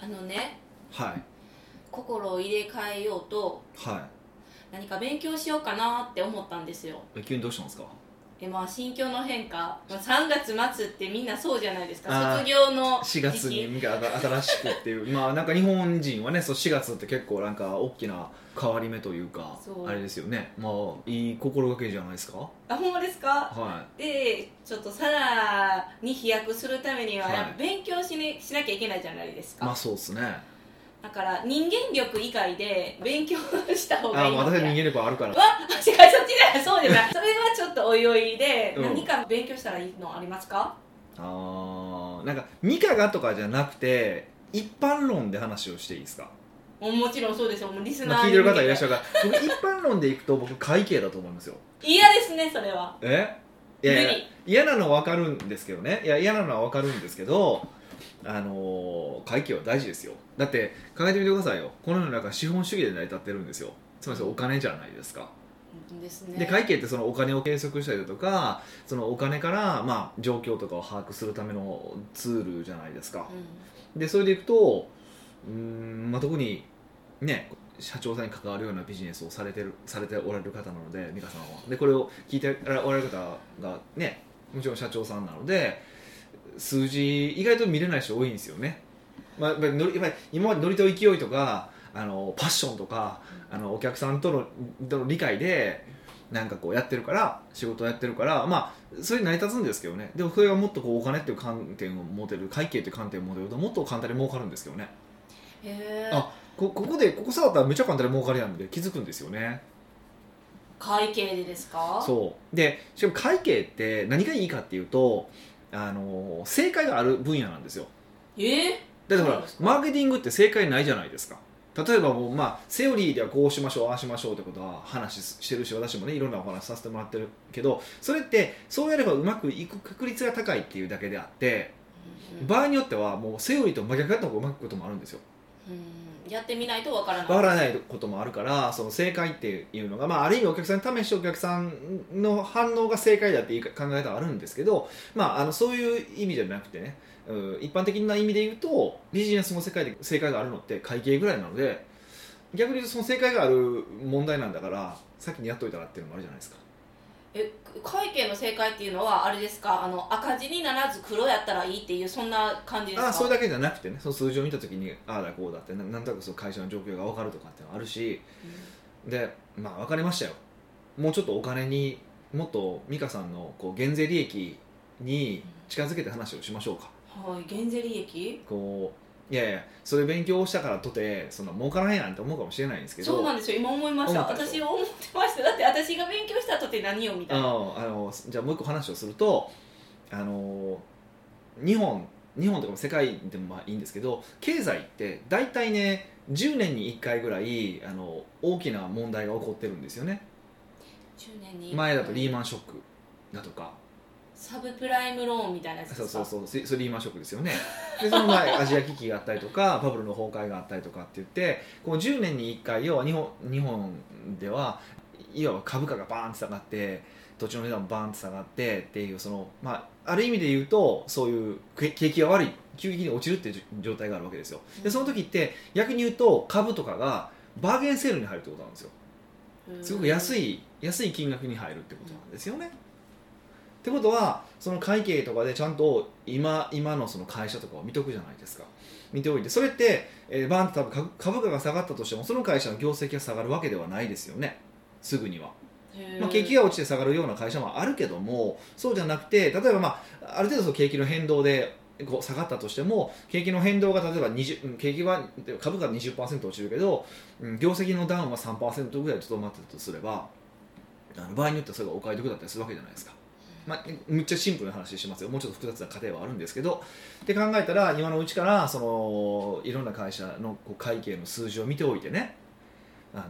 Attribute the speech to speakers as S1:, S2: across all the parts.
S1: あのね
S2: はい
S1: 心を入れ替えようと
S2: は
S1: 何か勉強しようかなって思ったんですよ
S2: いえ急にどうしたんですか
S1: えまあ心境の変化、まあ、3月末ってみんなそうじゃないですか
S2: あー
S1: 卒業の
S2: 4
S1: 時期
S2: 月にみたいな新しくっていう まあなんか日本人はねそう4月って結構なんか大きな変わり目というか
S1: そう
S2: あれですよねまあいい心がけじゃないですか
S1: あほんまですか
S2: は
S1: でちょっとさらに飛躍するためには
S2: はい
S1: やっぱ勉強し,、ね、しなきゃいけないじゃないです
S2: い
S1: か、
S2: まあそうですね
S1: だから人間力以外で勉強した方が
S2: あ
S1: いいの
S2: 私は
S1: で
S2: 逃げればあるから
S1: わ違うそっちじゃないそうじゃない それはちょっとおいおいで、
S2: うん
S1: 何か勉強したらいいのありますか
S2: あーなんかミカがとかじゃなくて一般論で話をしていいですか、
S1: もうもちろんそうですよもうリスナ
S2: まあ、
S1: ー
S2: 聞いてる方いらっしゃ
S1: ゃ
S2: るから僕一般論でいくと僕会計だと思いますよ
S1: 嫌ですねそれは
S2: えい
S1: 無
S2: やいや
S1: 理
S2: 嫌なのは分かるんですけどねいや嫌なのは分かるんですけどあのー会計は大事ですよだって考えてみてくださいよこの世の中資本主義で成り立ってるんですよつまりそれお金じゃないですか、
S1: ですね
S2: で会計ってそのお金を計測したりだとかそのお金からまあ状況とかを把握するためのツールじゃないですか
S1: う
S2: でそれでいくとうーん、まあ、特にね社長さんに関わるようなビジネスをされてるされておられる方なので美香さんはでこれを聞いておられる方がねもちろん社長さんなので数字意外と見れない人多いんですよね、まあ、やっぱり乗りやっぱり今までノリと勢いとかあのパッションとかあのお客さんとのとの理解でなんかこうやってるから仕事をやってるからまあそれで成り立つんですけどねでもそれがもっとこうお金っていう観点を持てる会計っていう観点を持てるともっと簡単に儲かるんですけどね
S1: ん、へえ
S2: あこここでここ触ったらめちゃ簡単に儲かるやんで気づくんですよね
S1: 会計でですか
S2: そうでしかも会計って何がいいかっていうとあの正解がある分野なんですよ
S1: え
S2: だからほ
S1: そう
S2: ら
S1: ですか
S2: マーケティングって正解ないじゃないですか例えばもう、まあ、セオリーではこうしましょうああしましょうってことは話してるし私もねいろんなお話させてもらってるけどそれってそうやればうまくいく確率が高いっていうだけであって
S1: うん
S2: 場合によってはもうセオリーと真逆だった方がうまくいくこともあるんですよ
S1: うんやってみないとわからない
S2: わからないこともあるからその正解っていうのが、まあ、ある意味お客さんに試してお客さんの反応が正解だっていう考え方はあるんですけど、まあ、あのそういう意味じゃなくてねうん一般的な意味で言うとビジネスの世界で正解があるのって会計ぐらいなので逆に言うとその正解がある問題なんだから先にやっといたらっていうのもあるじゃないですか
S1: え会計の正解っていうのはあれですかあの赤字にならず黒やったらいいっていうそんな感じですか
S2: あそれだけじゃなくてねその数字を見た時にああだこうだってななんとなくその会社の状況が分かるとかっていうのはあるしでまあ分かりましたよもうちょっとお金にもっと美香さんのこう減税利益に近づけて話をしましょうか
S1: うんはい減税利益
S2: こういやいやそれ勉強したからとてそんな儲からへんやんって思うかもしれないんですけど
S1: そうなんですよ今思いました
S2: 思ったでし
S1: 私思ってましただって私が勉強したとって何よみた
S2: あ
S1: いな
S2: のあのじゃあもう一個話をするとあの日本日本とかも世界でもまあいいんですけど経済って大体ね10年に1回ぐらいあの大きな問題が起こってるんですよね
S1: 10年に
S2: 前だとリーマンショックだとか
S1: サブプライムローンみたいなやつです
S2: そう
S1: か
S2: そうそうそそれリーマンショックですよね でその前アジア危機があったりとかバブルの崩壊があったりとかって言ってこう10年に1回要は日本日本ではいわば株価がバーンって下がって土地の値段もバーンって下がってっていうその、まあ、ある意味で言うとそういうけ景気が悪い急激に落ちるっていう状態があるわけですよでその時って逆に言うと株とかがバーゲンセールに入るってことなんですよすごく安
S1: い
S2: い安い金額に入るってことなんですよね。ってことはその会計とかでちゃんと今今のその会社とかを見とくじゃないですか見ておいてそれって、えーバーンと多分株株価が下がったとしてもその会社の業績が下がるわけではないですよねすぐには、まあ、景気
S1: が
S2: が落ちて下がるような会社もあるけどもそうじゃなくて例えば、まあ、ある程度その景気の変動でこう下がったとしても景気の変動が例えば20うん景気は株価が20%落ちるけど、うん業績のダウンは3%ぐらいとどまってたとすればあの場合によってはそれがお買い得だったりするわけじゃないですか。まあ、むっちゃシンプルな話しますよもうちょっと複雑な過程はあるんですけどって考えたら今のうちからそのいろんな会社のこう会計の数字を見ておいてねあの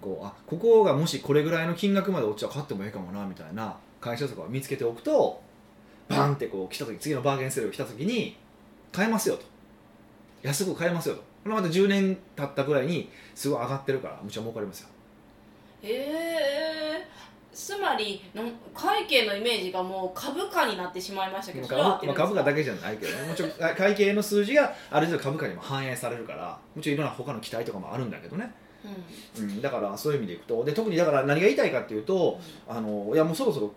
S2: こうあここがもしこれぐらいの金額まで落ちたら買ってもいいかもなみたいな会社とかを見つけておくとバンってこう来た時次のバーゲンセールが来た時に買えますよと安く買えますよとこれまた10年経ったぐらいにすごい上がってるからむっちゃ儲かりますよ
S1: ええつまりの会計のイメージがもう株価になってしまいましたけどそれは合っ
S2: 株
S1: て
S2: ま
S1: る
S2: あ、
S1: んですか
S2: 株価だけじゃないけどねもちろんあ会計の数字がある程度株価にも反映されるからもちろんいろんな他の期待とかもあるんだけどね、うん、だからそういう意味でいくとで特にだから何が言いたいかっていう
S1: う
S2: と
S1: ん
S2: あのいやもうそろそろ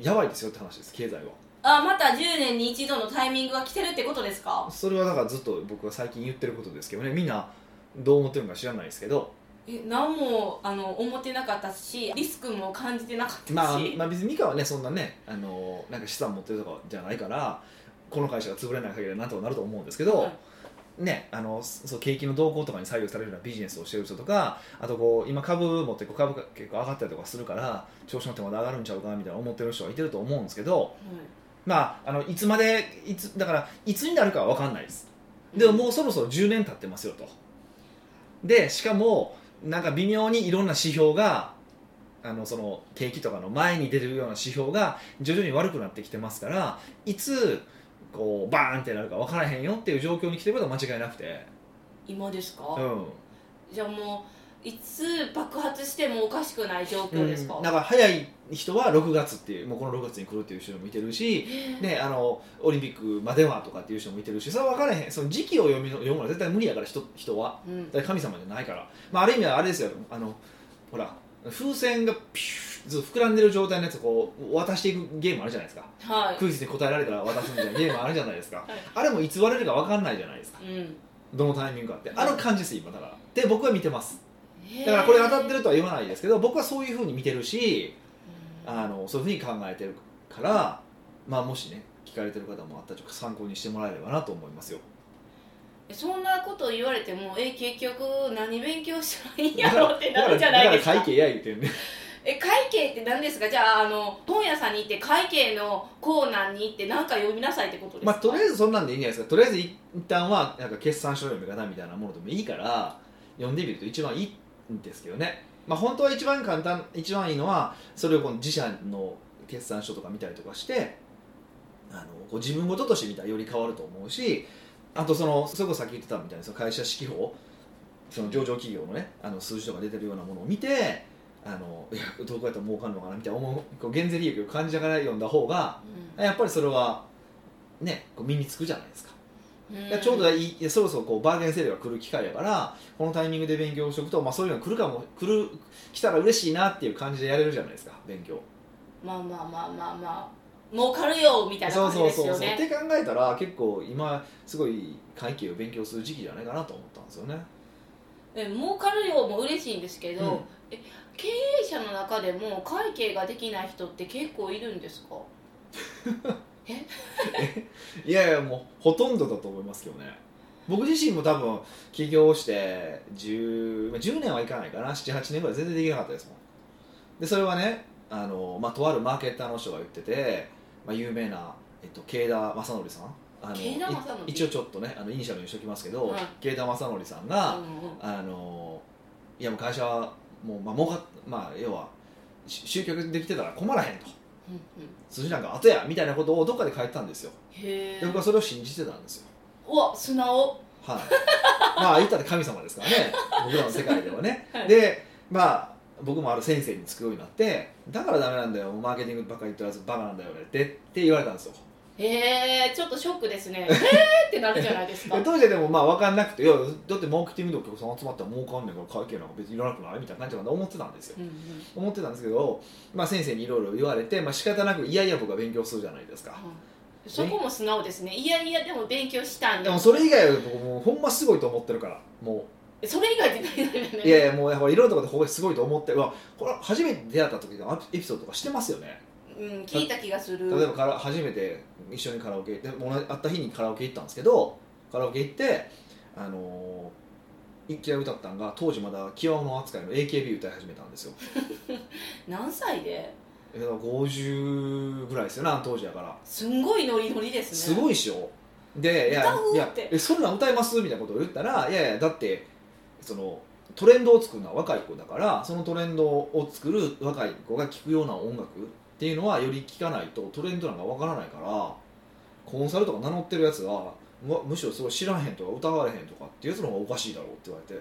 S2: やばいですよって話です経済は
S1: あまた10年に一度のタイミングが来てるってことですか
S2: それはだからずっと僕は最近言ってることですけどねみんなどう思ってるのか知らないですけど、
S1: え何もあの思ってなかったしリスクも感じてなかったし、
S2: まあ、まあ別に美香はねそんなねあのなんか資産持ってるとかじゃないからこの会社が潰れない限りはなんとかなると思うんですけど、
S1: はい
S2: ね、あのそそう景気の動向とかに左右されるようなビジネスをしてる人とかあとこう今株持ってこう株価結構上がったりとかするから調子の手まで上がるんちゃうかみたいな思ってる人はいてると思うんですけど、まあ、あのいつまでいつだからいつになるかは分かんないですでももうそろそろ10年経ってますよとでしかもなんか微妙にいろんな指標があのその景気とかの前に出るような指標が徐々に悪くなってきてますからいつこうバーンってなるか分からへんよっていう状況に来てることは間違いなくて、
S1: 今ですか、
S2: うん、
S1: じゃあもういつ爆発してもおかしくない状況ですか、
S2: うんだから早い人は6月っていうもうこの6月に来るっていう人もいてるし、ね、あのオリンピックまではとかっていう人もいてるしそれは分からへんその時期を読みの読むのは絶対無理やから人人は
S1: うん
S2: だから神様じゃないから、まあ、ある意味はあれですよあのほら風船がピューずっと膨らんでる状態のやつをこう渡していくゲームあるじゃないですか
S1: はい
S2: クイズに答えられたら渡すみたいなゲームあるじゃないですか、
S1: い
S2: あれもいつ割れるか分かんないじゃないですか
S1: うん
S2: どのタイミングかってあの感じです今だからで僕は見てます
S1: へー
S2: だからこれ当たってるとは言わないですけど僕はそういうふうに見てるし
S1: うん
S2: あのそういうふうに考えてるから、まあ、もしね聞かれてる方もあったらちょっと参考にしてもらえればなと思いますよ
S1: そんなこと言われてもえ結局何勉強したらいいんやろうってなるじゃないですか
S2: だからだから会計や言うてんね
S1: え会計って何ですかじゃああの本屋さんに行って会計のコーナーに行って何か読みなさいってことですか、
S2: まあ、とりあえずそんなんでいいんじゃないですかとりあえず一旦はなんか決算書の読み方みたいなものでもいいから読んでみると一番いいんですけどね、まあ、本当は一番簡単一番いいのはそれをこの自社の決算書とか見たりとかしてあのこう自分事として見たらより変わると思うしあとそのそれこそさっき言ってたみたいにその会社指揮法その上場企業のねあの数字とか出てるようなものを見てあのいやどこやったら儲かるのかなみたいな思うこう減税利益を感じながら読んだ方がやっぱりそれはねこう身につくじゃないですか,、
S1: うん
S2: ちょうどいいいやそろそろこうバーゲンセールが来る機会やからこのタイミングで勉強しておくと、まあ、そういうのが来るかも来る来たら嬉しいなっていう感じでやれるじゃないですか勉強
S1: まあまあまあまあまあ儲かるよみたいな
S2: そう
S1: 感じ
S2: そう
S1: です
S2: そうそう
S1: よ
S2: っ
S1: ね
S2: て考えたら結構今すごい会計を勉強する時期じゃないかなと思ったんですよね
S1: え儲かるよも嬉しいんですけど、
S2: うん
S1: え経営者の中でも会計ができない人って結構いるんですか
S2: いやいやもうほとんどだと思いますけどね僕自身も多分起業して10まあ10年はいかないかな78年ぐらい全然できなかったですもんでそれはねあの、まあ、とあるマーケッターの人が言ってて、まあ、有名な、えっと、慶田正則さんあの
S1: 慶田正則
S2: い一応ちょっとねあのイニシャルにしときますけど、
S1: はい
S2: 慶田正則さんが、
S1: うんうん
S2: あのいやもう会社はもう、まあ儲かっまあ、要はし集客できてたら困らへんと
S1: うんうん
S2: 数字なんか後やみたいなことをどっかで書いてたんですよ
S1: へえ
S2: で僕はそれを信じてたんですよ
S1: うわ素直
S2: はい、まあ言ったら神様ですからね僕らの世界ではね、
S1: はい
S2: でまあ僕もある先生につくようになってだからダメなんだよマーケティングばっかり言ってるやつバカなんだよねってって言われたんですよ
S1: へえちょっとショックです ねへえってなるじゃないですか
S2: で当時はでもまあ分かんなくていやだってマーケティングでお客さん集まったら儲かんねんから会計なんか別にいらなくないみたいな感じで思ってたんですよ
S1: うんうん
S2: 思ってたんですけど、まあ、先生にいろいろ言われて、まあ仕方なくいやいや僕は勉強するじゃないですか
S1: うんそこも素直ですねいやいやでも勉強したん
S2: で
S1: だ
S2: もそれ以外は僕もうほんますごいと思ってるからもう
S1: それ以外って何だよね
S2: いやいやもうやっぱいろいろなところですごいと思ってうわこれ初めて出会った時のエピソードとかしてますよね
S1: うん、聞いた気がする
S2: 例えばから初めて一緒にカラオケでもう会った日にカラオケ行ったんですけどカラオケ行ってあのー、一回歌ったんが当時まだ極の扱いの AKB 歌い始めたんですよ
S1: 何歳で
S2: えー50ぐらいですよねあの当時やから
S1: すんごいノリノリですね
S2: すごいっしょでいや
S1: 歌う
S2: いや
S1: って
S2: えそんなん歌いますみたいなことを言ったらいやいやだってそのトレンドを作るのは若い子だからそのトレンドを作る若い子が聴くような音楽っていうのはより聴かないとトレンドなんかわからないからコンサルとか名乗ってるやつはむむしろそれ知らへんとか歌われへんと かっていうやつの方がおかしいだろうって言われて、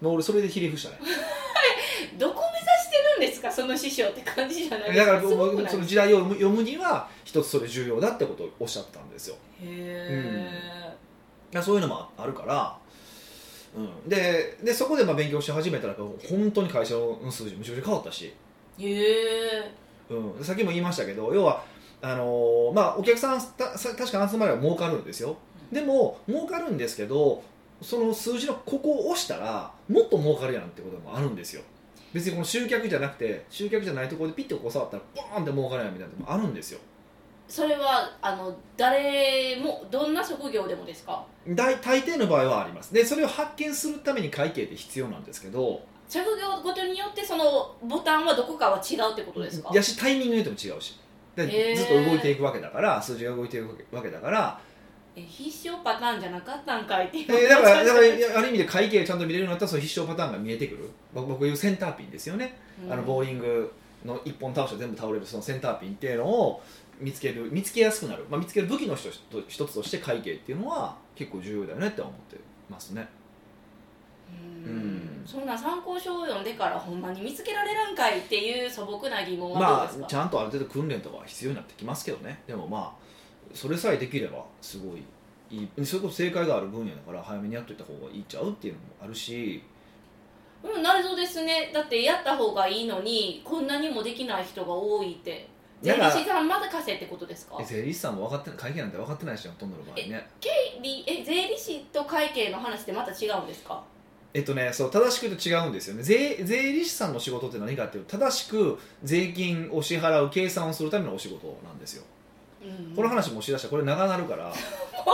S2: まあ、俺それでひれ伏したね
S1: どこ目指してんですかその師匠って感じじゃないで
S2: だ
S1: す
S2: か
S1: からすごく
S2: 僕
S1: ない
S2: その
S1: へ
S2: 時代を読む読むには一つそれ重要だってことをおっしゃったんですよ
S1: え、
S2: いやそういうのもあるから、うん、ででそこでまあ勉強し始めたら本当に会社の数字むちゃくちゃ変わったし、
S1: へえ
S2: うん、さっきも言いましたけど要はあのーまあ、お客さんたさ確か集まれば儲かるんですよでも儲かるんですけどその数字のここを押したらもっと儲かるやんってこともあるんですよ別にこの集客じゃなくて集客じゃないところでピッてこう触ったらボーンって儲かるやんみたいなのもあるんですよ
S1: それはあの誰もどんな職業でもですか
S2: 大大抵の場合はありますでそれを発見するために会計って必要なんですけど
S1: 職業ごとによってそのボタンはどこかは違うってことですか
S2: やしタイミングによっても違うしで
S1: へー
S2: ずっと動いていくわけだから数字が動いていくわけだから、
S1: え必勝パターンじゃなかったんかいって
S2: えー だからだからいやある意味で会計ちゃんと見れるようになったらその必勝パターンが見えてくる僕僕いうセンターピンですよね、あのボ
S1: ー
S2: ーリングの一本倒して全部倒れるそのセンターピンっていうのを見つける見つけやすくなる、まあ、見つける武器の一つと一つとして会計っていうのは結構重要だよねって思ってますね
S1: うん
S2: うん
S1: そんな参考書を読んでからほんまに見つけられらんかいっていう素朴な疑問は
S2: ま
S1: どう
S2: あ
S1: です
S2: ち
S1: か、
S2: ゃんとある程度訓練とかは必要になってきますけどねでもまあそれさえできればすごいいいそれこそ正解がある分野だから早めにやっといた方がいいちゃうっていうのもあるし
S1: うんなるそうですねだってやった方がいいのにこんなにもできない人が多いって税
S2: だか
S1: 理
S2: ら
S1: 士さんまで貸せってことですか
S2: え税理士さんも分かってない会計なんて分かってないしほとんどの場合ね
S1: りえ税理士と会計の話ってまた違うんですか
S2: えっとねそう正しく言うと違うんですよね税税理士さんの仕事って何かっていうと正しく税金を支払う計算をするためのお仕事なんですよ
S1: うん
S2: この話もしだしたらこれ長なるか ら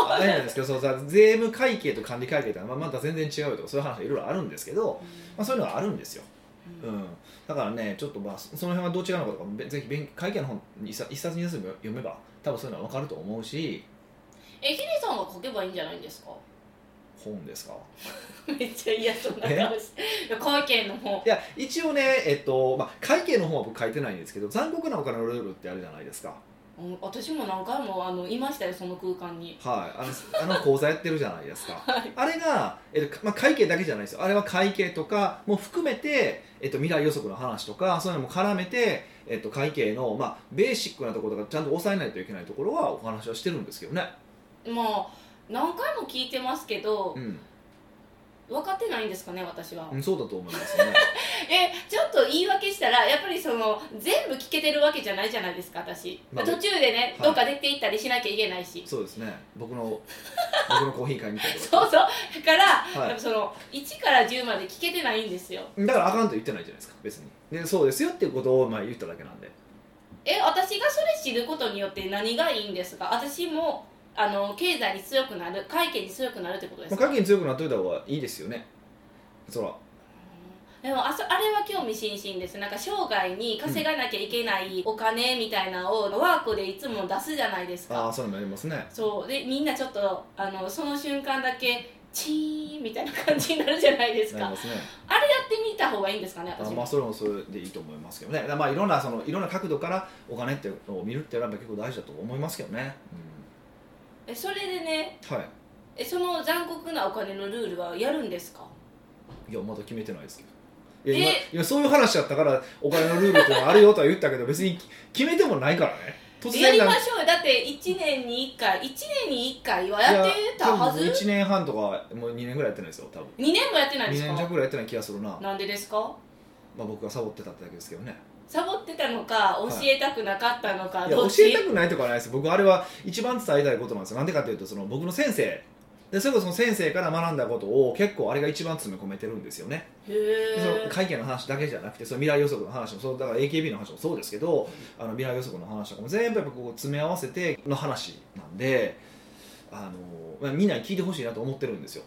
S2: あれなんですけどそうさ税務会計と管理会計ってのはまあまた全然違うよとかそういう話がいろいろあるんですけど、まあ、そういうのはあるんですよ
S1: う
S2: うんん、だからねちょっとまあそその辺はどう違うのかとかべぜひ勉会見の本一冊一冊二冊読めば多分そういうのは分かると思うし
S1: えヒデさんが書けばいいんじゃないんですか
S2: 本ですか
S1: めっちゃ嫌そうな顔していや会計の方
S2: いや一応ね、えっとまあ、会計の本は僕書いてないんですけど残酷なお金のルールってあるじゃないですか
S1: うん私も何回もあのいましたよその空間に
S2: はいあのあの講座やってるじゃないですか、
S1: はい
S2: あれが、えっとまあ、会計だけじゃないですよあれは会計とかも含めて、えっと、未来予測の話とかそういうのも絡めて、えっと、会計の、まあ、ベーシックなところとかちゃんと抑えないといけないところはお話はしてるんですけどね、
S1: まあ何回も聞いてますけど
S2: うん、
S1: 分かってないんですかね私は
S2: うんそうだと思いますね
S1: えちょっと言い訳したらやっぱりその全部聞けてるわけじゃないじゃないですか私、
S2: まあ
S1: 途中でね、
S2: はい
S1: どっか出て行ったりしなきゃいけないし
S2: そうですね僕 の僕のコーヒー会みたいな
S1: そうそうだから、
S2: はい
S1: やっぱその1から10まで聞けてないんですよ
S2: だからあかんと言ってないじゃないですか別にでそうですよっていうことをまあ言っただけなんで
S1: え私がそれ知ることによって何がいいんですか私もあの経済に強くなる会計に強くなるってことで
S2: まあ
S1: すか、
S2: 会計に強くなっといた方がいいですよねそら
S1: でもあそあれは興味津々ですなんか生涯に稼がなきゃいけないお金みたいなのをワークでいつも出すじゃないです
S2: あ
S1: か
S2: あそういうのもありますね
S1: そうでみんなちょっとあのその瞬間だけチーンみたいな感じになるじゃないですか
S2: な
S1: や
S2: り
S1: っ
S2: ますね
S1: てみた方がいいんですかね
S2: あ
S1: 私
S2: まあ
S1: も
S2: それもそれでいいと思いますけどねだからまあいろんなそのいろんな角度からお金っていうのを見るっていうのはやっぱ結構大事だと思いますけどね、
S1: えそれでね
S2: うん、は
S1: えその残酷なお金のルールはやるんですか
S2: いいやまだ決めてないですけどいや今
S1: え
S2: 今そういう話だったからお金のルールっていうのはあるよとは言ったけど別に決めてもないからね突
S1: やり
S2: なん
S1: ま
S2: か
S1: しょうよだって1年に1回1年に1回はやってたはず
S2: いや多分もう
S1: 2
S2: 1年半とかもう2年ぐらいやってないですよ多分
S1: 年もやってないん
S2: 2
S1: です
S2: 年
S1: か
S2: 弱ぐらいやってない気がするな、ま
S1: なんでですか
S2: あ、僕がサボってたってだけですけどね
S1: サボってたのか
S2: い
S1: 教えたくなかったのか、
S2: いや
S1: ど
S2: 教
S1: っち
S2: えたくないとかはないです僕あれは一番伝えたいことなんですよなんでかというとその僕の先生でそれこそ先生から学んだことを結構あれが一番詰め込めてるんですよね、
S1: へ
S2: その
S1: ー
S2: 会計の話だけじゃなくてその未来予測の話もそうだから AKB の話もそうですけどあの未来予測の話とかも全部やっぱこう詰め合わせての話なんであの、まあ、みんなに聞いてほしいなと思ってるんですよ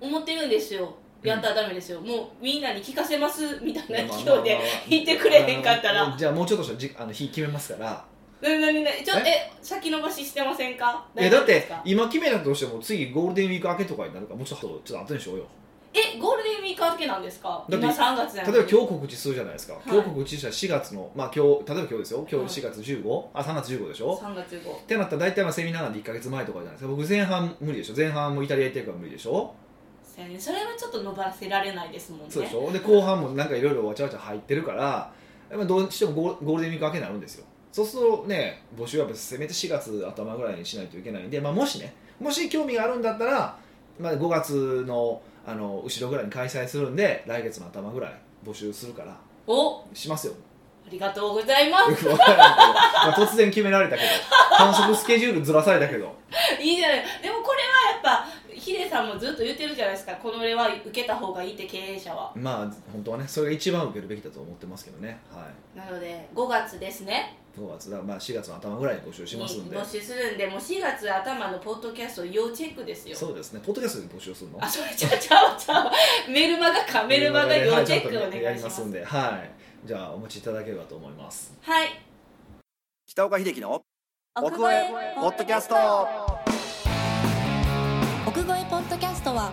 S1: 思ってるんですよやったらダメですよ、もうみんなに聞かせますみたいな勢いで
S2: 引
S1: 言ってくれへんかったら
S2: じゃあもうちょっとしたじあの日決めますから
S1: なになになにちょえ先延ばししてませんか
S2: え
S1: 大丈
S2: だ
S1: 夫
S2: っ
S1: で
S2: て
S1: すか
S2: 今決めたとしても次ゴールデンウィーク明けとかになるからもうちょっとちょっと後にしようよ
S1: えゴールデンウィーク明けなんですか
S2: だって
S1: 今3月
S2: 例
S1: な
S2: え
S1: の
S2: ば
S1: に
S2: 今日告知するじゃないですか、
S1: い
S2: 今日告知したら4月のまあ今日例えば今日ですよ今
S1: はい
S2: 日4月15、あ3月15でしょ
S1: 3月5
S2: ってなったら大体まあセミナーなんで1か月前とかじゃないですか僕前半無理でしょ前半もイタリア行ってるから無理でしょ
S1: そうやねそれはちょっと伸ばせられないですもんね
S2: そうでしょで後半もなんかいろいろわちゃわちゃ入ってるからやっぱどうしてもゴーゴールデンウィーク明けになるんですよそうするとね募集はやっぱせめて4月頭ぐらいにしないといけないんで、まあ、もしねもし興味があるんだったら、まあ、5月のあの後ろぐらいに開催するんで来月の頭ぐらい募集するから
S1: おあ
S2: しますよ
S1: りがとうございます
S2: よくわからないけど、まあ、突然決められたけど繁殖スケジュールずらされたけど
S1: いいじゃないでもこれはやっぱヒデさんもずっと言ってるじゃないですかこの例は受けた方がいいって経営者は
S2: まあ本当はねそれが一番受けるべきだと思ってますけどね、は
S1: なので5月ですね
S2: い、5月だ、まあ、4月の頭ぐらいに募集しますん
S1: に
S2: で
S1: 募集するんでもう4月頭のポッドキャスト要チェックですよ
S2: そうですねポッドキャストで募集するの
S1: あそれちゃうちゃうちゃうメルマガかメルマガ要チェックお
S2: はいちょっとねや
S1: 願い
S2: り
S1: し
S2: ま
S1: ますす
S2: んではいじゃあお持ちいただければと思います
S1: はい
S2: 北岡秀樹の
S3: 奥越えポッドキャスト
S4: 奥越えポッドキャストは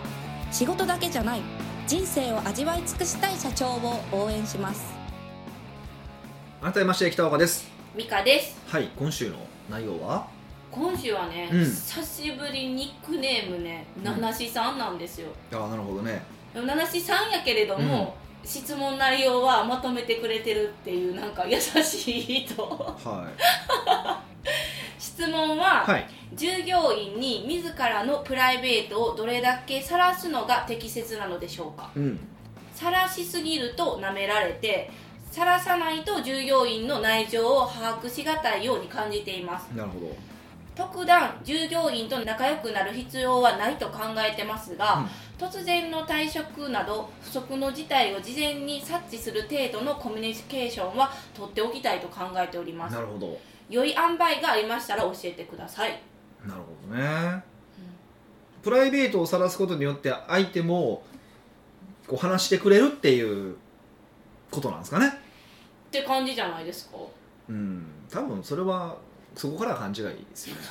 S4: 仕事だけじゃない人生を味わい尽くしたい社長を応援します
S2: 改めまして北岡です
S1: ミカです
S2: はい今週の内容は
S1: 今週はね、
S2: うん
S1: 久しぶりニックネームね
S2: ん
S1: ナナシさんなんですよ
S2: ああなるほどね
S1: でもナナシさんやけれども、質問内容はまとめてくれてるっていうなんか優しい人
S2: はい
S1: 質問は、
S2: はい
S1: 従業員に自らのプライベートをどれだけ晒すのが適切なのでしょうか
S2: うん
S1: 晒しすぎると舐められて晒さないと従業員の内情を把握しがたいように感じています
S2: なるほど
S1: 特段従業員と仲良くなる必要はないと考えてますが、突然の退職など不測の事態を事前に察知する程度のコミュニケーションは取っておきたいと考えております
S2: なるほど
S1: 良い塩梅がありましたら教えてください
S2: なるほどねプライベートを晒すことによって相手もこう話してくれるっていうことなんですかね
S1: って感じじゃないですか
S2: うん多分それはそこからは勘違いですよね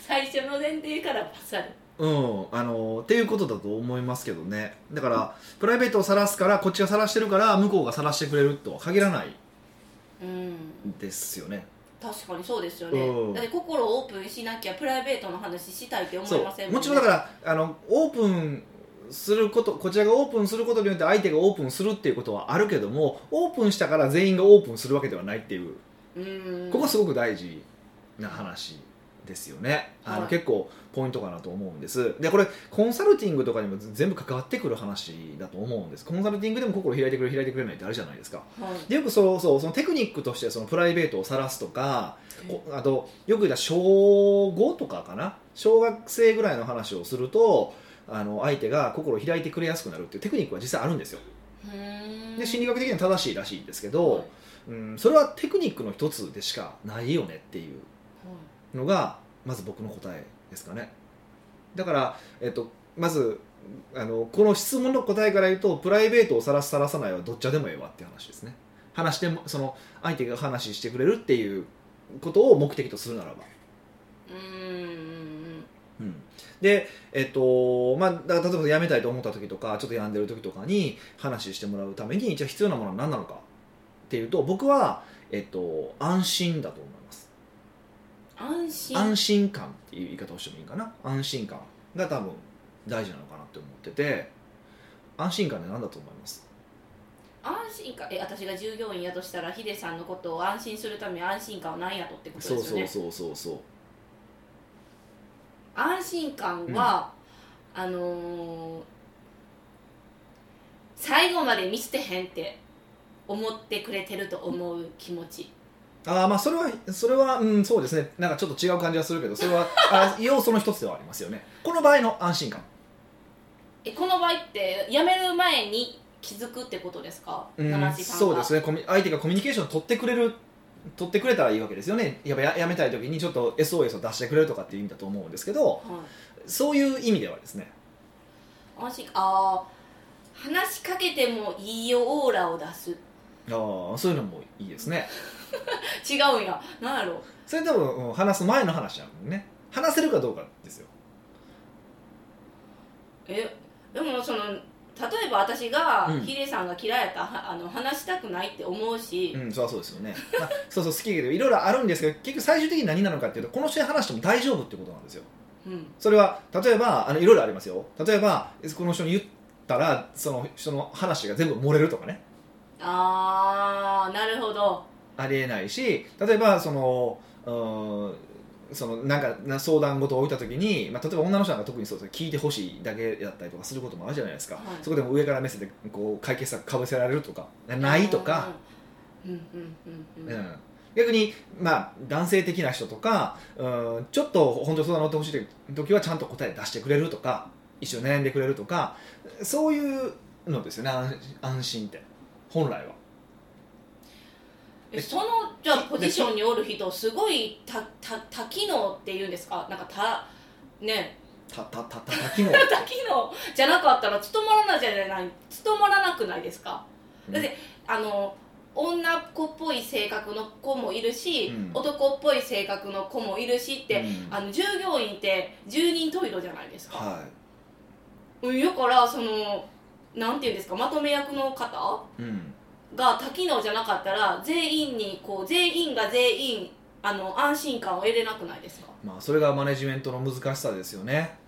S1: 最初の前提からパスある
S2: うん、あのっていうことだと思いますけどねだからプライベートを晒すからこっちが晒してるから向こうが晒してくれるとは限らない
S1: うん
S2: ですよね
S1: 確かにそうですよね、
S2: うん
S1: だって心をオープンしなきゃプライベートの話したいって思
S2: そ
S1: いません
S2: うもちろんだ
S1: ら
S2: からあのオープンすることこちらがオープンすることによって相手がオープンするっていうことはあるけどもオープンしたから全員がオープンするわけではないっていう
S1: うん
S2: ここはすごく大事な話ですよね、あの
S1: はい
S2: 結構ポイントかなと思うんですでこれコンサルティングとかにも全部関わってくる話だと思うんですコンサルティングでも心開いてくれる開いてくれないってあるじゃないですか
S1: はい
S2: でよくそうそうそのテクニックとしてそのプライベートを晒すとかこあとよく言った小5とかかな小学生ぐらいの話をするとあの相手が心を開いてくれやすくなるっていうテクニックは実際あるんですよ
S1: うん
S2: で心理学的には正しいらしいんですけど、
S1: はい
S2: うん、それはテクニックの一つでしかないよねっていうのがまず僕の答えですかねだから、えっと、まずあのこの質問の答えから言うとプライベートをさらすさらさないはどっちでもええわっていう話ですね話してもその相手が話してくれるっていうことを目的とするならば、
S1: うんうん
S2: うん、でえっとまあだから例えば辞めたいと思った時とかちょっと病んでる時とかに話してもらうためにじゃあ必要なものは何なのかっていうと僕は、えっと、安心だと思います
S1: 安心
S2: 安心感っていう言い方をしてもいいかな安心感が多分大事なのかなって思ってて安心感って何だと思います
S1: 安心感え私が従業員やとしたらヒデさんのことを安心するために安心感は何やとってことです
S2: そ
S1: よ
S2: う
S1: ね
S2: そうそうそうそ
S1: 安心感は、あのー最後まで見捨てへんって思ってくれてると思う気持ち
S2: うああまあそれはそれはうんそうですねなんかちょっと違う感じはするけどそれはあ要素の一つではありますよねこの場合の安心感
S1: えこの場合って辞める前に気づくってことですか、
S2: うん
S1: 七瀬さん
S2: そうです
S1: ね
S2: ねコミ相手がコミュニケーションを取ってくれる取ってくれたらいいわけですよねやっぱややめたい時にちょっと SOS を出してくれるとかっていう意味だと思うんですけどそういう意味ではですね
S1: 安心あー話しかけてもいいよオーラを出す
S2: ああそういうのもいいですね
S1: 違うんやなんやろう
S2: それ多分うん話す前の話なのね話せるかどうかですよ
S1: えでもその例えば私が、
S2: うん
S1: ヒデさんが嫌いやったらはあの話したくないって思うし、
S2: うんそりゃそうですよね、ま あそうそう好きだけどいろいろあるんですけど結局最終的に何なのかっていうとこの人に話しても大丈夫ってことなんですよ
S1: うん
S2: それは例えばあのいろいろありますよ例えばこの人に言ったらその人の話が全部漏れるとかね
S1: ああなるほど
S2: ありえないし例えばそのうーんそのなんかな相談事を置いた時に、まあ、例えば女の人なんか特にそうです聞いてほしいだけだったりとかすることもあるじゃないですか、
S1: い
S2: そこでも上から目線でこう解決策かぶせられるとかないとか、
S1: うんうんうんうんうん
S2: うん逆に、まあ、男性的な人とか、うん、ちょっと本当に相談乗ってほしい時はちゃんと答え出してくれるとか一緒に悩んでくれるとかそういうのですよね安安心って本来は
S1: えそのじゃあポジションにおる人すごい多多多機能っていうんですかなんか多ね
S2: たたたたたきの
S1: 多機能じゃなかったら務まらないじゃない務まらなくないですかだってあの女っ子っぽい性格の子もいるし、
S2: うん
S1: 男っぽい性格の子もいるしって、
S2: うん
S1: あの従業員って10人十色じゃないですか、
S2: は
S1: うんだからそのなんていうんですかまとめ役の方
S2: い、うん、
S1: が多機能じゃなかったら全員にこう全員が全員あの安心感を得れなくないですか
S2: まあそれがマネジメントの難しさですよね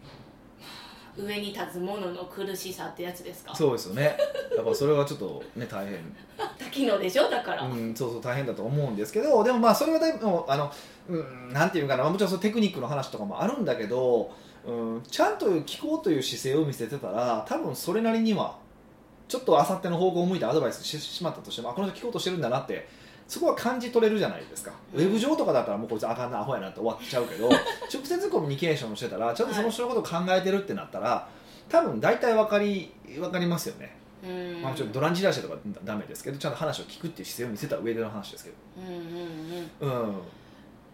S1: 上に立つ者の苦しさってやつですか
S2: そうですよねやっぱそれはちょっとね大変
S1: 多機能でしょだから、
S2: うん、そうそう大変だと思うんですけどでもまあそれはでもあの、うん、なんていうかなもちろんそのテクニックの話とかもあるんだけど、うん、ちゃんと聞こうという姿勢を見せてたら多分それなりにはちょっとあさっての方向を向いてアドバイスしてしまったとしてもあこの人聞こうとしてるんだなってそこは感じ取れるじゃないですかウェブ上とかだったらもうこいつあかんなアホやなって終わっちゃう けど直接コミュニケーションをしてたらちゃんとその人のことを考えてるってなったら多分大体分かり分かりますよね。
S1: うん
S2: まあ、ちょっとドランジラシとかダメですけどちゃんと話を聞くっていう姿勢を見せた上での話ですけ
S1: うんうんうん
S2: どうん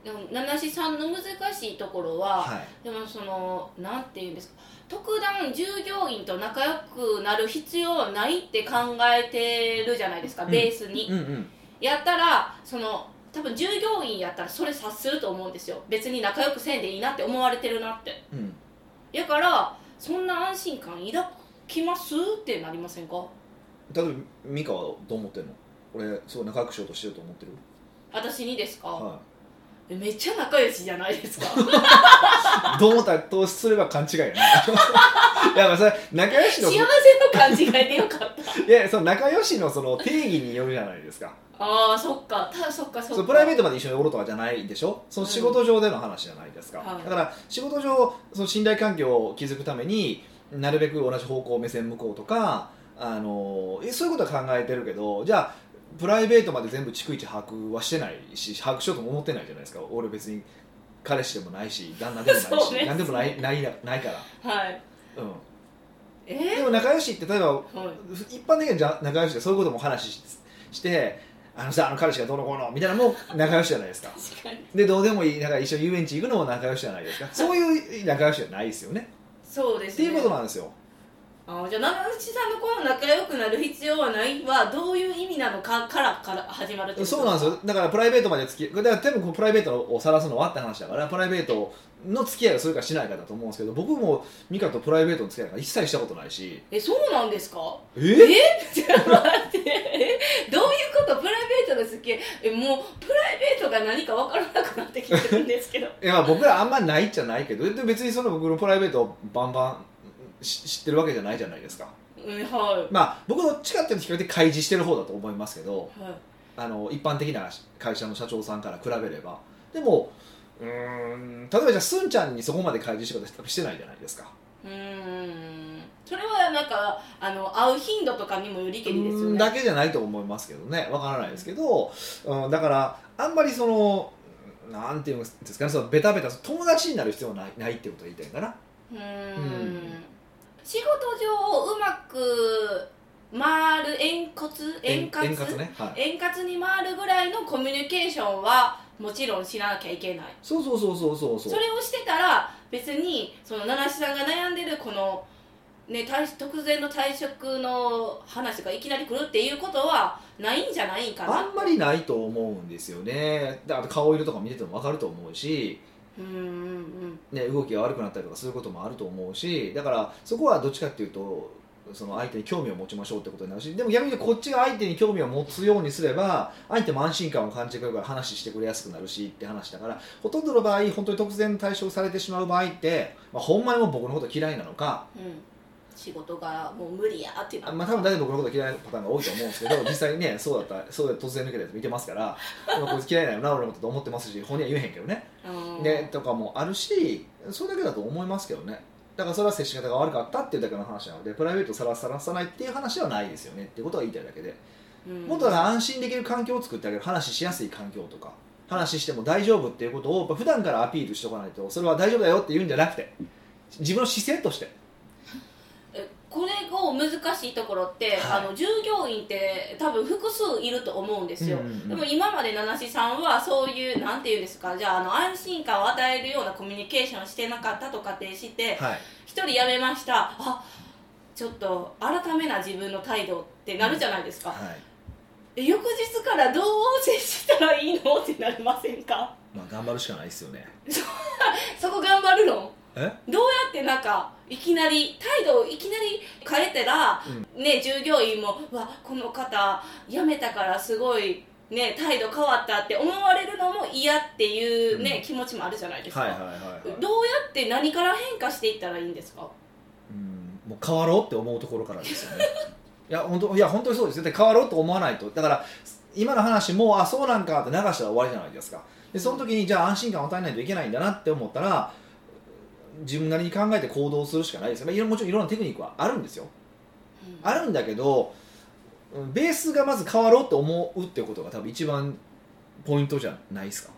S1: でも七七さんの難しいところは、
S2: は
S1: でもそのなんていうんですか特段従業員と仲良くなる必要はないって考えてるじゃないですか、
S2: うん
S1: ベースに、
S2: いうんうん
S1: やったらその多分従業員やったらそれ察すると思うんですよ別に仲良くせんでいいなって思われてるなって
S2: うん
S1: やからそんな安心感抱きますってなりませんか
S2: 例えば美香はどう思ってるの俺そう仲良くしようとしてると思ってる
S1: 私にですか、
S2: は
S1: えめっちゃ仲良しじゃない ですか
S2: いどう思ったらどうすれば勘違 いやないやまあそれ仲良し
S1: 幸
S2: の
S1: せの感じがいでよかった
S2: いやその仲良しのその定義によるじゃないですか
S1: ああそっかただそっかそっか
S2: そうプライベートまで一緒におろとかじゃないでしょその仕事上での話じゃないですか、
S1: はい
S2: だから仕事上その信頼関係を築くためになるべく同じ方向目線向こうとかあのえそういうことは考えてるけどじゃあプライベートまで全部逐一把握はしてないし把握しようとも思ってないじゃないですか俺別に彼氏でもないし旦那でもない
S1: そう
S2: し
S1: ね
S2: 何でもないないなないから、
S1: はい
S2: うん、
S1: え
S2: でも仲良しって例えば
S1: ーはい
S2: 一般的には仲良しでそういうことも話ししてあのさあの彼氏がどうのこうのみたいなのも仲良しじゃないですか
S1: 確かに
S2: でどうでもいいなんか一緒に遊園地行くのも仲良しじゃないですかそういう仲良しじゃないですよね
S1: そうで
S2: っ
S1: す
S2: て
S1: ね
S2: いうことなんですよ
S1: あーじゃあ長渕さんのこの仲良くなる必要はないはどういう意味なのかからから始まるってこと
S2: そうなんですよだからプライベートまで付きだから多分こうプライベートを晒すのはって話だからプライベートの付き合いをするかしないかだと思うんですけど僕も美香とプライベートの付き合いなんか一切したことないし
S1: えそうなんですか
S2: え
S1: え ちょっと待ってえどういうことプライベートが好きえもうプライベートが何か分からなくなってきてるんですけど
S2: いやまあ僕らあんまないじゃないけどで別にその僕のプライベートをバンバンし知ってるわけじゃないじゃないですか
S1: うんは
S2: まあ僕どっちかっていうと比較的開示してる方だと思いますけど
S1: い、はい、
S2: あの一般的な会社の社長さんから比べればでもうーん例えばじゃあすんちゃんにそこまで開示してことしてないじゃないですか
S1: うーんそれはなんかあの会う頻度とかにもよりけりですよ
S2: うーん
S1: ね
S2: だけじゃないと思いますけどねわからないですけど、うん、だからあんまりそのなんていうんですかねそのベタベタ友達になる必要はないないってことを言いたいんだな
S1: う
S2: う
S1: ーん
S2: ん
S1: 仕事上うまく回る円滑円滑
S2: 円滑ね、はい、
S1: 円滑に回るぐらいのコミュニケーションはもちろんしなきゃいけない
S2: そうそうそうそうそうそう
S1: それをしてたら別にその七七さんが悩んでるこの、ね、退突然の退職の話がいきなり来るっていうことはないんじゃないか
S2: あ
S1: なん
S2: まりないと思うんですよねだから顔色とか見ててもわかると思うし
S1: うんうん
S2: ね、動きが悪くなったりとかすることもあると思うしだからそこはどっちかっていうとその相手に興味を持ちましょうってことになるしでも逆にこっちが相手に興味を持つようにすれば相手も安心感を感じてくれるから話してくれやすくなるしって話だからほとんどの場合本当に突然対象されてしまう場合って、まあ、ほんまにもう僕のこと嫌いなのか
S1: うん、仕事がもう無理やってな
S2: あまあ多分大体僕のこと嫌いなパターンが多いと思うんですけど実際にねそうだったそうだ突然抜けたやつ見てますから今こいつ嫌いなよな俺のことと思ってますし本人は言えへんけどね
S1: うん
S2: ね、とかもあるしそれだけだと思いますけどねだからそれは接し方が悪かったっていうだけの話なのでプライベートをさらさらさないっていう話はないですよねっていうことは言いたいだけで、
S1: うん
S2: もっとだから安心できる環境を作ってあげる話しやすい環境とか話しても大丈夫っていうことをやっぱ普段からアピールしておかないとそれは大丈夫だよって言うんじゃなくて自分の姿勢として
S1: えこれを難しいところって、
S2: はい
S1: あの従業員って多分複数いると思うんですよ、
S2: うんうんうん
S1: でも今まで七志さんはそういうなんていうんですかじゃああの安心感を与えるようなコミュニケーションをしてなかったと仮定して
S2: はい
S1: 一、人辞めましたあちょっと改めな自分の態度ってなるじゃないですか、
S2: はい
S1: え翌日からどう接したらいいのってなりませんか
S2: まあ頑張るしかないですよね
S1: そこ頑張るの
S2: え
S1: どうやってなんかいきなり態度をいきなり変えたら、ね従業員もうわこの方辞めたからすごいね態度変わったって思われるのも嫌っていうね、
S2: うん
S1: 気持ちもあるじゃないですか、
S2: はいはいはい、はい
S1: どうやって何から変化していったらいいんですか
S2: うんもう変わろうって思うところからですよね いや本当いや本当にそうですよで変わろうと思わないとだから今の話もうあそうなんかって流したら終わりじゃないですかでその時にじゃあ安心感を与えないといけないんだなって思ったら自分なりに考えて行動するしかないですよねいろもちろんいろんなテクニックはあるんですよあるんだけどうんベースがまず変わろうと思うってことが多分一番ポイントじゃないですか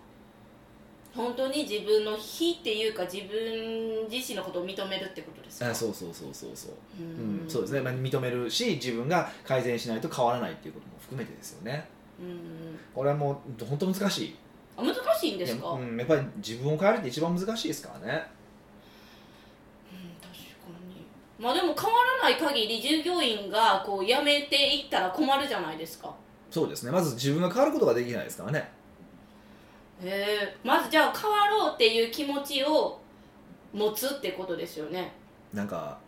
S1: 本当に自分の非っていうか自分自身のことを認めるってことですか
S2: あそうそうそうそうそう
S1: う
S2: うんそうですね、まあ、認めるし自分が改善しないと変わらないっていうことも含めてですよね
S1: うん
S2: これはもう本当難しい
S1: あ難しいんですか、
S2: いや
S1: うん、
S2: うん、やっぱり自分を変えるって一番難しいですからね
S1: 確かにまあでも変わらない限り従業員がこう辞めていったら困るじゃないですか
S2: そうですねまず自分が変わることができないですからね
S1: へえまずじゃあ変わろうっていう気持ちを持つってことですよね
S2: なんか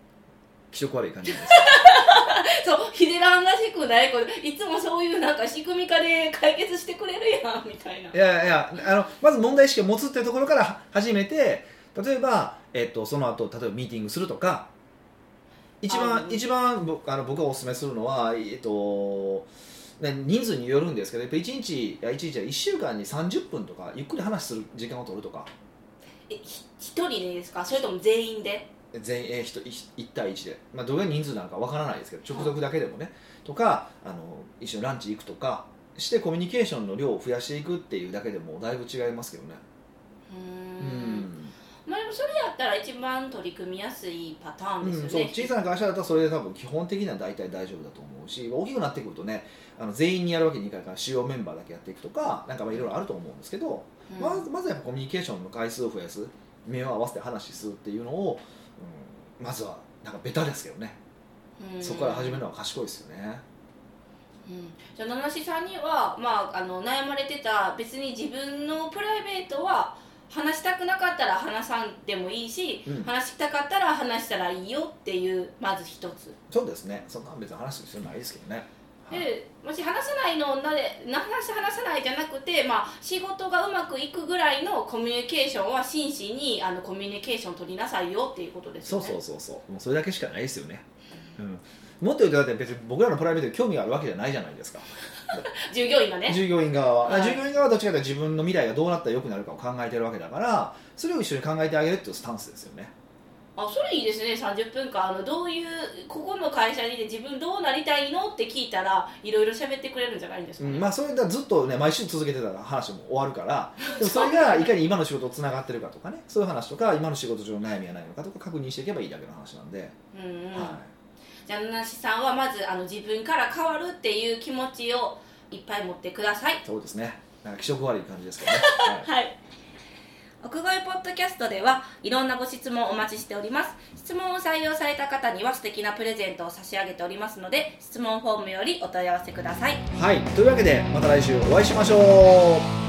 S2: 気色悪い感じです
S1: そうヒデランらしくないこといつもそういうなんか仕組み化で解決してくれるやんみたいない
S2: やいやあのまず問題意識を持つっていうところから始めて例えば、えっと、その後例えばミーティングするとか一
S1: あ
S2: 番
S1: ー
S2: 一番僕あの僕がおすすめするのは、えっとね、人数によるんですけどやっぱ1日いや1日は1週間に30分とかゆっくり話する時間を取るとか
S1: えひ一人でですかそれとも全員で
S2: 全員えーひとひ一対一で、まあ、どれぐらい人数なんかわからないですけど直属だけでもね、とかあの一緒にランチ行くとかしてコミュニケーションの量を増やしていくっていうだけでもだいぶ違いますけどね
S1: うー
S2: うん
S1: まあでもそれやったら一番取り組みやすいパターン
S2: う
S1: で
S2: ん
S1: すよ
S2: そう
S1: ね、
S2: 小さな会社だったらそれで多分基本的には大体大丈夫だと思うし大きくなってくるとねあの全員にやるわけにいかないから主要メンバーだけやっていくとかなんかまあいろいろあると思うんですけど、
S1: うん
S2: まずまずやっぱコミュニケーションの回数を増やす目を合わせて話するっていうのを、うん、まずはなんかベタですけどね
S1: うん
S2: そこから始めるのは賢いですよね、
S1: うんじゃあ七志さんには、まあ、あの悩まれてた別に自分のプライベートは話したくなかったら話さんでもいいし、
S2: うん
S1: 話したかったら話したらいいよっていうまず一つ
S2: そうですね、そんな別に話す必要ないですけどね。はい
S1: でもし話さないのなでな話す話さないじゃなくて、まあ、仕事がうまくいくぐらいのコミュニケーションは真摯にあのコミュニケーション取りなさいよっていうことです
S2: そ
S1: よ
S2: う
S1: ね
S2: そうそうそう、もうそれだけしかないですよね。うん、もっと言うと、だって別に僕らのプライベートに興味があるわけじゃないじゃないですか、
S1: 従業員がね
S2: 従業員側は。
S1: はい
S2: 従業員側はどっちかというと自分の未来がどうなったら良くなるかを考えてるわけだから、それを一緒に考えてあげるっていうスタンスですよね。
S1: あそれいいですね30分間あのどういうここの会社にいて自分どうなりたいのって聞いたらいろいろ喋ってくれるんじゃないんです
S2: う
S1: かね、
S2: んまあ、それだずっとね、毎週続けてたら話も終わる から、でもそれがいかに今の仕事とつながってるかとかね、そういう話とか、今の仕事上の悩みはないのかとか確認していけばいいだけの話なんで。
S1: うんうん
S2: は
S1: じゃあ七志さんはまずあの自分から変わるっていう気持ちをいっぱい持ってください
S2: い、そうですね。なんか気色悪い感じです けどね。はい
S1: はい奥越ポッドキャストではいろんなご質問をお待ちしております質問を採用された方には素敵なプレゼントを差し上げておりますので質問フォームよりお問い合わせください
S2: はい、というわけでまた来週お会いしましょう